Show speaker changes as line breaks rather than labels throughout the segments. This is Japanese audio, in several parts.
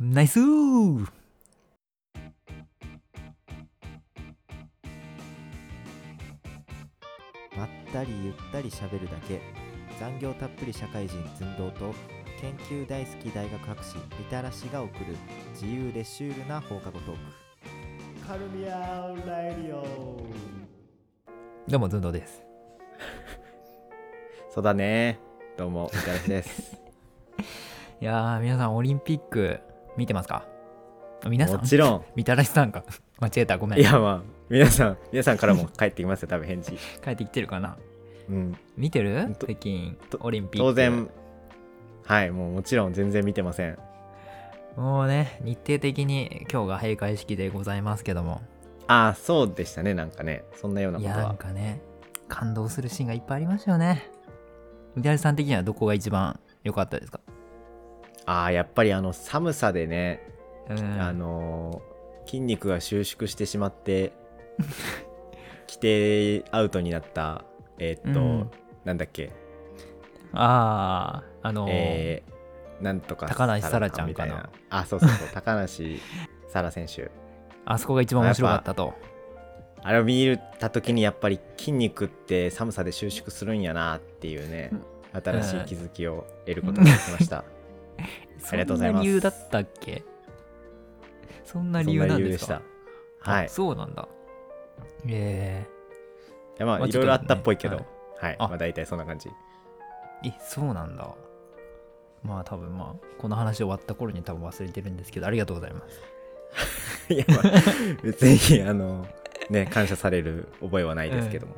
ナイスー
まったりゆったり喋るだけ残業たっぷり社会人寸胴と研究大好き大学博士みたらしが送る自由でシュールな放課後トーク
カルミアラディオ
どうも、ずんどうです。
そうだね。どうも、みたらし です。
いやー、皆さん、オリンピック見てますかあ皆さ
も
ん、
ちろん。
みたらしさんか。 間違えた、ごめん。
いや、まあ、皆さん、皆さんからも帰ってきますよ、多分返事。
帰ってきてるかな
うん。
見てる
と
北京
と
オリンピック。
当然、はい、もうもちろん全然見てません。
もうね、日程的に今日が閉会式でございますけども。
ああ、そうでしたね、なんかね。そんなようないこと
や、なん
は。
かね、感動するシーンがいっぱいありましたよね。みたらしさん的にはどこが一番良かったですか
ああ、やっぱりあの寒さでね、
うん。
あのー筋肉が収縮してし まって、規定アウトになった、えーっと、
うん
なんだっけ、
あー、あのー
えー、なんとか
高梨沙羅ちゃんかな
みたいあそうそう そう高梨沙羅選手
あそこが一番面白かったと。
あれを見た時にやっぱり筋肉って寒さで収縮するんやなっていうね新しい気づきを得ることができ ました、
そ
ありがとうございま
んな
す
理由だったっけそんな
そ
理
ん
由
な
なん
理由
で
ですし
か
たはい
あ
い
そうなんだ。え
やま
ま
あ
あ
い
ちょっとね
ろいろあったっぽいけど、
はい
はい
あ
まあ大体そんな感じ
ー、え、そうなんだ。まあ多分まあ、この話終わった頃に多分忘れてるんですけど、ありがとうございます。
いやまあ別にあのね感謝される覚えはないですけども、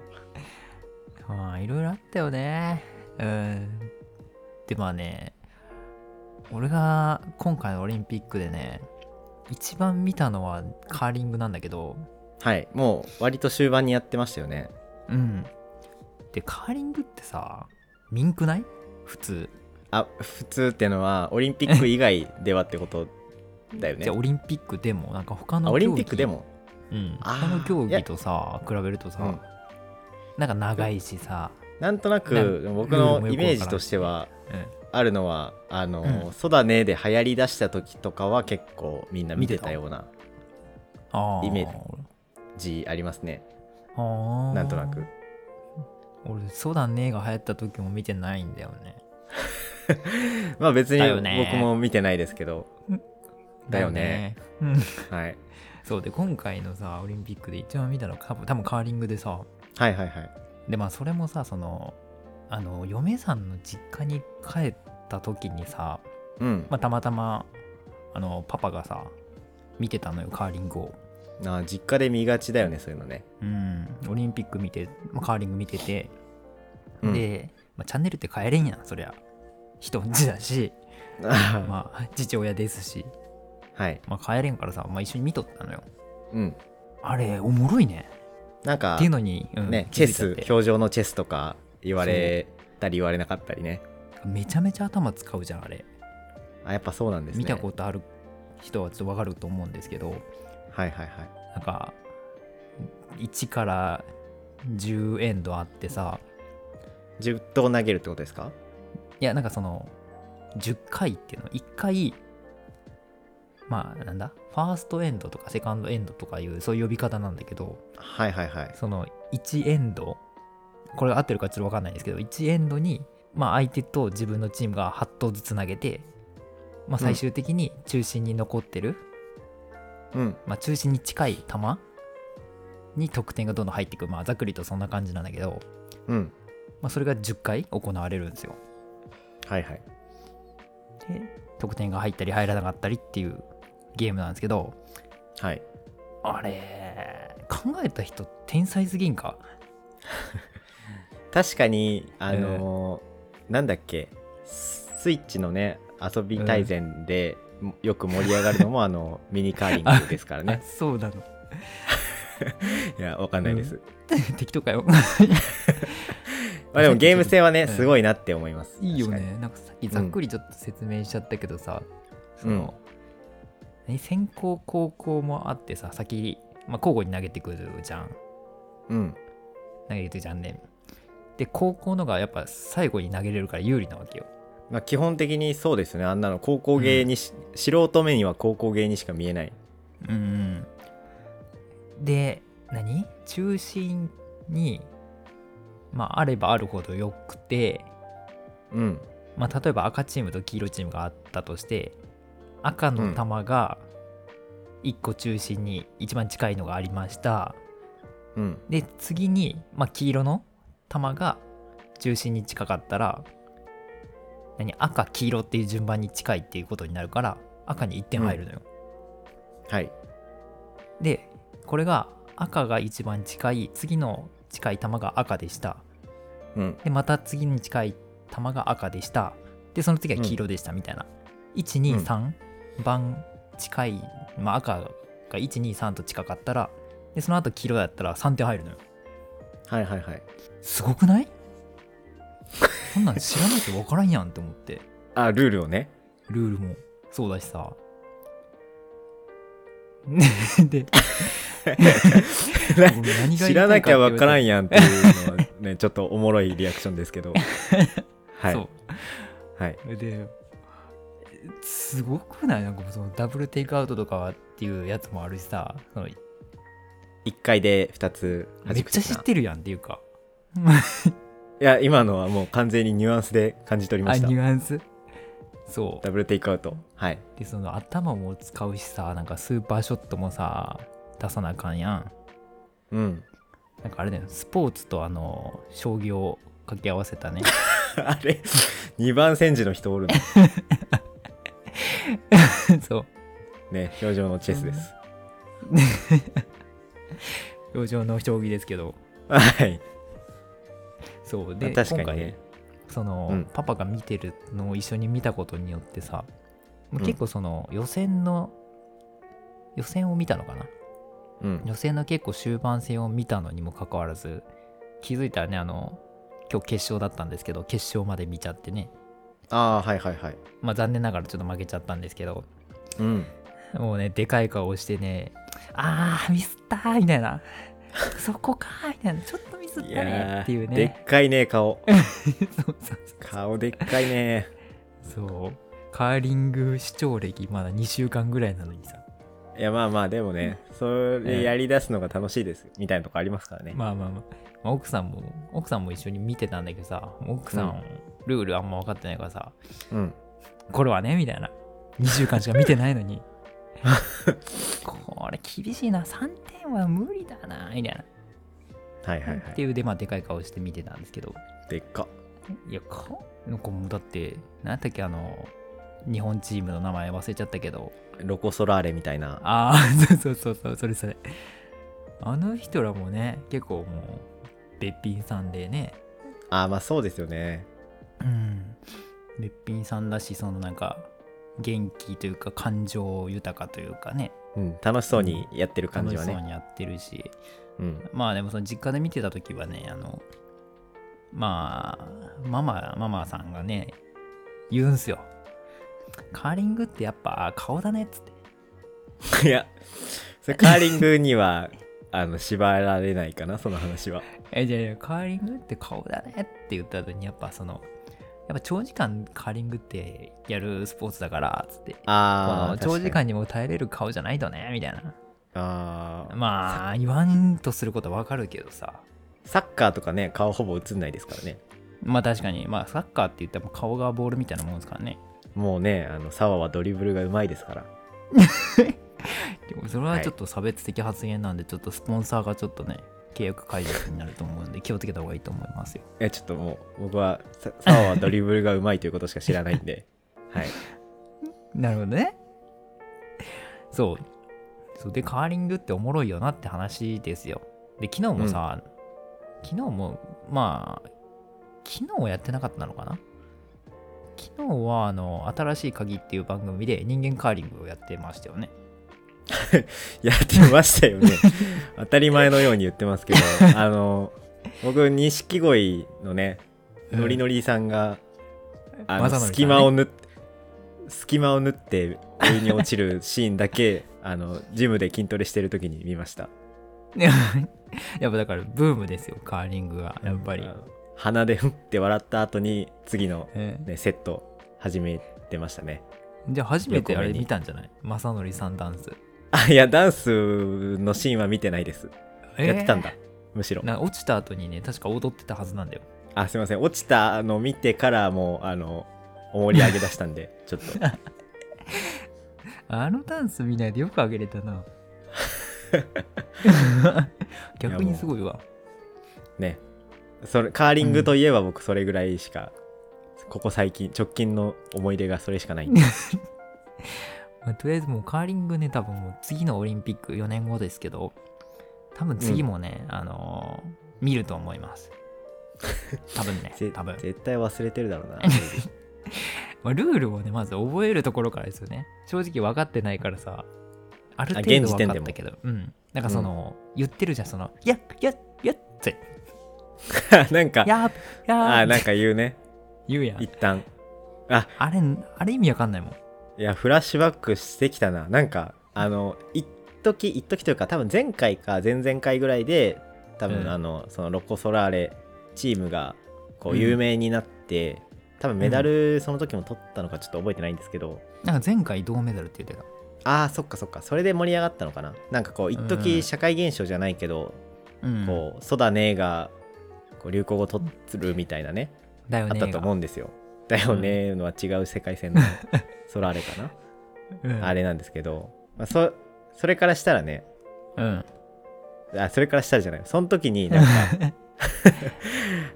まあ、いろいろあったよね。うん。で、まあね、俺が今回のオリンピックでね、一番見たのはカーリングなんだけど、
はいもう割と終盤にやってましたよね
うん。で、カーリングってさ、ミンクない普通。
あ普通ってのはオリンピック以外ではってことだよね
じゃあオリンピックでも、なんか他の
あ
競技
オリンピックでも
うん、
あー
他の競技とさ比べるとさ、
うん
なんか長いしさ、
なんとなく
なん
僕のイメージとしては
う
あるのは「あの
うん、
ソダネ」で流行り出した時とかは結構みんな見てたようなん
あー
イメージ字ありますね
あー
なんとなく
俺「そうだね」が流行った時も見てないんだよね
まあ別
だ
に
よね
僕も見てないですけどだよね
だよねうん
はい
そうで今回のさオリンピックで一番見たの多分多分カーリングでさ
はいはいはい
でまあそれもさそのあの嫁さんの実家に帰った時にさ、
うん
まあ、たまたまあのパパがさ見てたのよカーリングを
あ実家で見がちだよねそういうのね
うん、オリンピック見て、まあカーリング見てて、
うん
で、まあチャンネルって変えれんやん、そりゃ。人んちだし、
は
まあ、父親ですし、
い
まあ、変えれんからさ、まあ、一緒に見とったのよ。
うん
あれ、おもろいね。
なんか
っていうのに、うん
ね
気
チェ
づいちゃっ
ス
て
表情のチェスとか言われたり言われなかったりね
めちゃめちゃ頭使うじゃん、あれ。
あやっぱそうなんですね
見たことある人はちょっとわかると思うんですけど、
はいはいはい
なんか、1から10エンドあってさ、
10投投げるってことですか
いやなんかその10回っていうの1回まあなんだファーストエンドとかセカンドエンドとかいうそういう呼び方なんだけど
はいはいはい
その1エンドこれが合ってるかちょっと分かんないんですけど1エンドにまあ相手と自分のチームが8投ずつ投げてまあ最終的に中心に残ってる、
うん
まあ中心に近い球に得点がどんどん入っていくまあざっくりとそんな感じなんだけど、
うん
まあ、それが10回行われるんですよ
はいはい
で得点が入ったり入らなかったりっていうゲームなんですけど
はい
あれ考えた人天才すぎんか
確かにあのーなんだっけススイッチのね遊び大全で、よく盛り上がる のもあのミニカーリングですからね
あそうなの
いやわかんないです、
適当かよ
まあ、でもゲーム性は
う
ね
ん
すごいなって思います、
いいよ
確かに
ねなんかさっきざっくりちょっと説明しちゃったけどさ、そ
うん
の、何先行後攻もあってさ先、まあ、交互に投げてくるじゃん
うん
投げてくるじゃんねで高校のがやっぱ最後に投げれるから有利なわけよ
まあ、基本的にそうですねあんなの高校芸にし、素人目には高校芸にしか見えない
うんうんで何中心にまああればあるほどよくて、
うん
まあ、例えば赤チームと黄色チームがあったとして赤の玉が1個中心に一番近いのがありました、
うん
で次に、まあ、黄色の玉が中心に近かったら何赤黄色っていう順番に近いっていうことになるから赤に1点入るのよ、
はい
でこれが赤が一番近い次の近い球が赤でした
うん
でまた次に近い球が赤でしたでその次は黄色でしたみたいな、123番近い、まあ、赤が123と近かったらでその後黄色だったら3点入るのよ
はいはいはい
すごくないそんなん知らないと分からんやんって思って
あルールをね
ルールもそうだし さで俺何が言いたいかって言われて
知らなきゃわからんやんっていうのはね ちょっとおもろいリアクションです けどはい
そう
はい
ですごくないなんかそのダブルテイクアウトとかはっていうやつもあるしさその
1回で2つ弾
めっ
く
ちゃ知ってるやんっていうか
いや今のはもう完全にニュアンスで感じ取りま
あ
した
ニュアンスそ
ダブルテイクアウトはい、
うでその頭も使うしさなんかスーパーショットもさ出さなあかんやん
うん、
なんかあれだよスポーツとあの将棋を掛け合わせ たね
あれ2番戦時の人おるの
そう
ね表情のチェスです
表情の将棋ですけど
はい
そうで
確かにね
その、
うん
パパが見てるのを一緒に見たことによってさ、
ん
結構その予選の予選を見たのかな
うん
予選の結構終盤戦を見たのにもかかわらず気づいたらねあの今日決勝だったんですけど決勝まで見ちゃってね
ああーはいはいはい
まあ残念ながらちょっと負けちゃったんですけど
うん
もうねでかい顔をしてねあーミスったーみたいなそこかーみたいなちょっとミスった
い
ねー
や
っていう
ー
ね
でっかいね顔
そうそう
顔でっかいね
そうカーリング視聴歴まだ2週間ぐらいなのにさ
いやまあまあでもねそれやりだすのが楽しいですみたいなとこありますからね
まあまあまあ、まあ奥さんも奥さんも一緒に見てたんだけどさ奥さん、
うん
ルールあんま分かってないからさ
うん
これはねみたいな2週間しか見てないの にこれ厳しいな3点は無理だなみたい
はいはいは
な、って
い
いうでまあでかい顔して見てたんですけど
でっか
いやこの子もだって何だっけあの日本チームの名前忘れちゃったけど
ロコ・ソラーレみたいな
ああ そうそうそうそうそれそれあの人らもね結構もうべっぴんさんでね
あーまあそうですよね
うんべっぴんさんだしそのなんか元気というか感情豊かというかね
うん楽しそうにやってる感じは
楽しそう
ね
にやってるし
うん
まあでもその実家で見てた時はねあのまあママママさんがね言うんすよカーリングってやっぱ顔だねっつって
いやそれカーリングには あの縛られないかなその話は
えじゃあいやカーリングって顔だねって言った後にやっぱそのやっぱ長時間カーリングってやるスポーツだからっつってこ
あ
の
あ
長時間にも耐えれる顔じゃないとねみたいな
ああ
まあ言わんとすることはわかるけどさ
サッカーとかね顔ほぼ映んないですからね
まあ確かにまあサッカーって言ったらもう顔がボールみたいなもんですからね
もうねあの澤はドリブルがうまいですから
でもそれはちょっと差別的発言なんでちょっとスポンサーがちょっとね契約解除になると思うんで気をつけた方がいいと思いますよ
えちょっともう僕はさ澤はドリブルがうまいということしか知らないん ではい
なるほどねそうそうでカーリングっておもろいよなって話ですよで昨日もさ、昨日もまあ昨日はやってなかったのかな昨日はあの「新しい鍵」っていう番組で人間カーリングをやってましたよね
やってましたよね当たり前のように言ってま すけどあの僕錦鯉のね
うん
ノリ ノリさんが、あの
正則さんね
隙間を縫っ隙間を縫って上に落ちるシーンだけ あのジムで筋トレしてる時に見ました
ねやっぱだからブームですよカーリングはやっぱり、
あの鼻でふんって笑った後に次の、
え
ね、セット始めてましたね。
じゃあ初めてあ
横
れ
目に
見たんじゃない正則さんダンス。
あ、いや、ダンスのシーンは見てないです。
えー
やってたんだ。むしろ。
な落ちた後にね、確か踊ってたはずなんだよ。
あ、すいません。落ちたのを見てからもう、あの、盛り上げ出した んで、ちょっと。
あのダンス見ないでよくあげれた な。逆にすごいわ。
ねそれカーリングといえば僕それぐらいしか、ここ最近直近の思い出がそれしかないんで
まあとりあえずもうカーリングね、多分もう次のオリンピック4年後ですけど、多分次もね、あのー見ると思い ます。多分ね
ぜ、
多分。
絶対忘れてるだろうな
まあ、ルールをね、まず覚えるところからですよね。正直分かってないからさ、ある程
あ現
度
時
分
点
か
で
っ
も
たけど、うん。なんかその、言ってるじゃん、その、やっ、やっ、やっって、
なんか
やっ、
あ
や
ー
っっ
なん
て
か言うね
言うやん
一。旦
あれ、あれ意味わかんないもん。
いやフラッシュバックしてきたななんかあの一時一時というか多分前回か前々回ぐらいで多分、
うん
あのそのロコ・ソラーレチームがこ
う
うん有名になって、多分メダルその時も取ったのかちょっと覚えてないんですけど、
なんか前回銅メダルって言ってた。
あーそっかそっかそれで盛り上がったのかななんかこう一
うん
時社会現象じゃないけど、
うん。
こう「そだねー」がこう流行語取るみたいなね、
だよ
あっ
ね
たと思うんですよ「だよねー」のは違う世界線のそれあれかな、
うん、
あれなんですけど、まあ、そそれからしたらね
うん。
あそれからしたらじゃないその時にな んか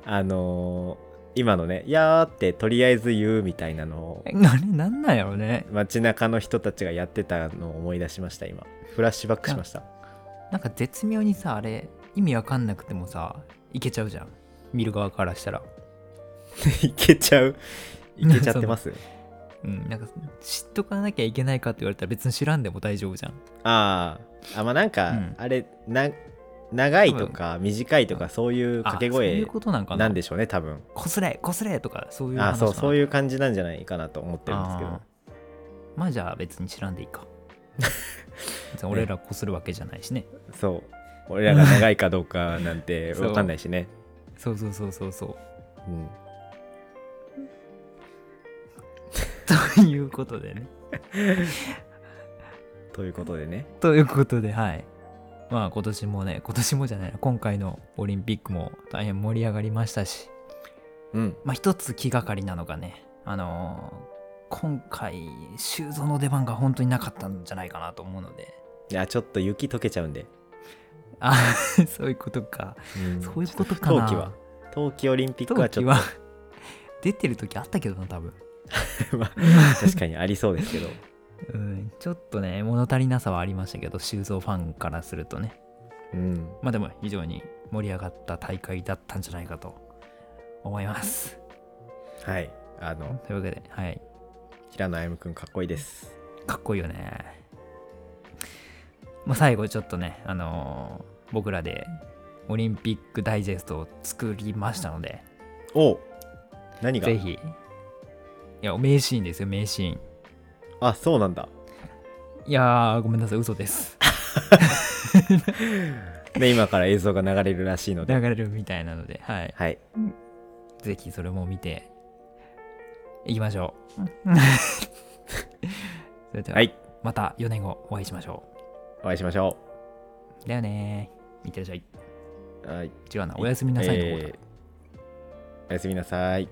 あのー今のね「やー」ってとりあえず言うみたいなのを
えあれなんなんやろね。
街中の人たちがやってたのを思い出しました今フラッシュバックしました
なんか絶妙にさ、あれ、意味わかんなくてもさ、いけちゃうじゃん。見る側からしたら。
いけちゃう。いけちゃっ てます。
うん。なんか、知っとかなきゃいけないかって言われたら別に知らんでも大丈夫じゃん。
ああ。あ、まあなんか、
うん
あれ、な、長いとか短いとかそういう掛け
あそうい
声
うことなんかな
なんでしょうね、多分。
こすれこすれとかそういう話
あそう、そう
う
いう感じなんじゃないかなと思ってるんですけど。
まあじゃあ別に知らんでい いか別に俺らこするわけじゃないしね
そう。俺らが長いかどうかなん て
そう
わかんないしね。
そうそうそうそうそう
うん。
ということでね
ということでね。
ということではいまあ今年もね今年もじゃないな今回のオリンピックも大変盛り上がりましたし
うん。
まあ一つ気がかりなのがねあのー今回修造の出番が本当になかったんじゃないかなと思うので
いや、ちょっと雪溶けちゃうんで。
あそういうことか
うん
そういうことかな
冬季は。冬季オリンピック
当
はち
時
ょっ
は 出てる時あったけどな多分
と、ま あ確かにありそうですけど。
うんちょっとね物足りなさはありましたけど修造ファンからするとね
うん。
まあでも非常に盛り上がった大会だったんじゃないかと思います
はい。あの、
というわけではい
平野歩夢君かっこいいです。
かっこいいよねまあ最後ちょっとねあのー僕らでオリンピックダイジェストを作りましたので
おう何が
ぜひいや名シーンですよ名シーン
あそうなんだ
いやーごめんなさい嘘です
ね今から映像が流れるらしいの
流
で
れるみたいなのではい
はい
ぜひそれも見ていきましょう。 それでは、
はい
また4年後お会いしましょ
お会いしましょ
う。だよねー。いってらっしゃい。
うはい
違うな。おやすみなさいの方だ。
えーおやすみなさい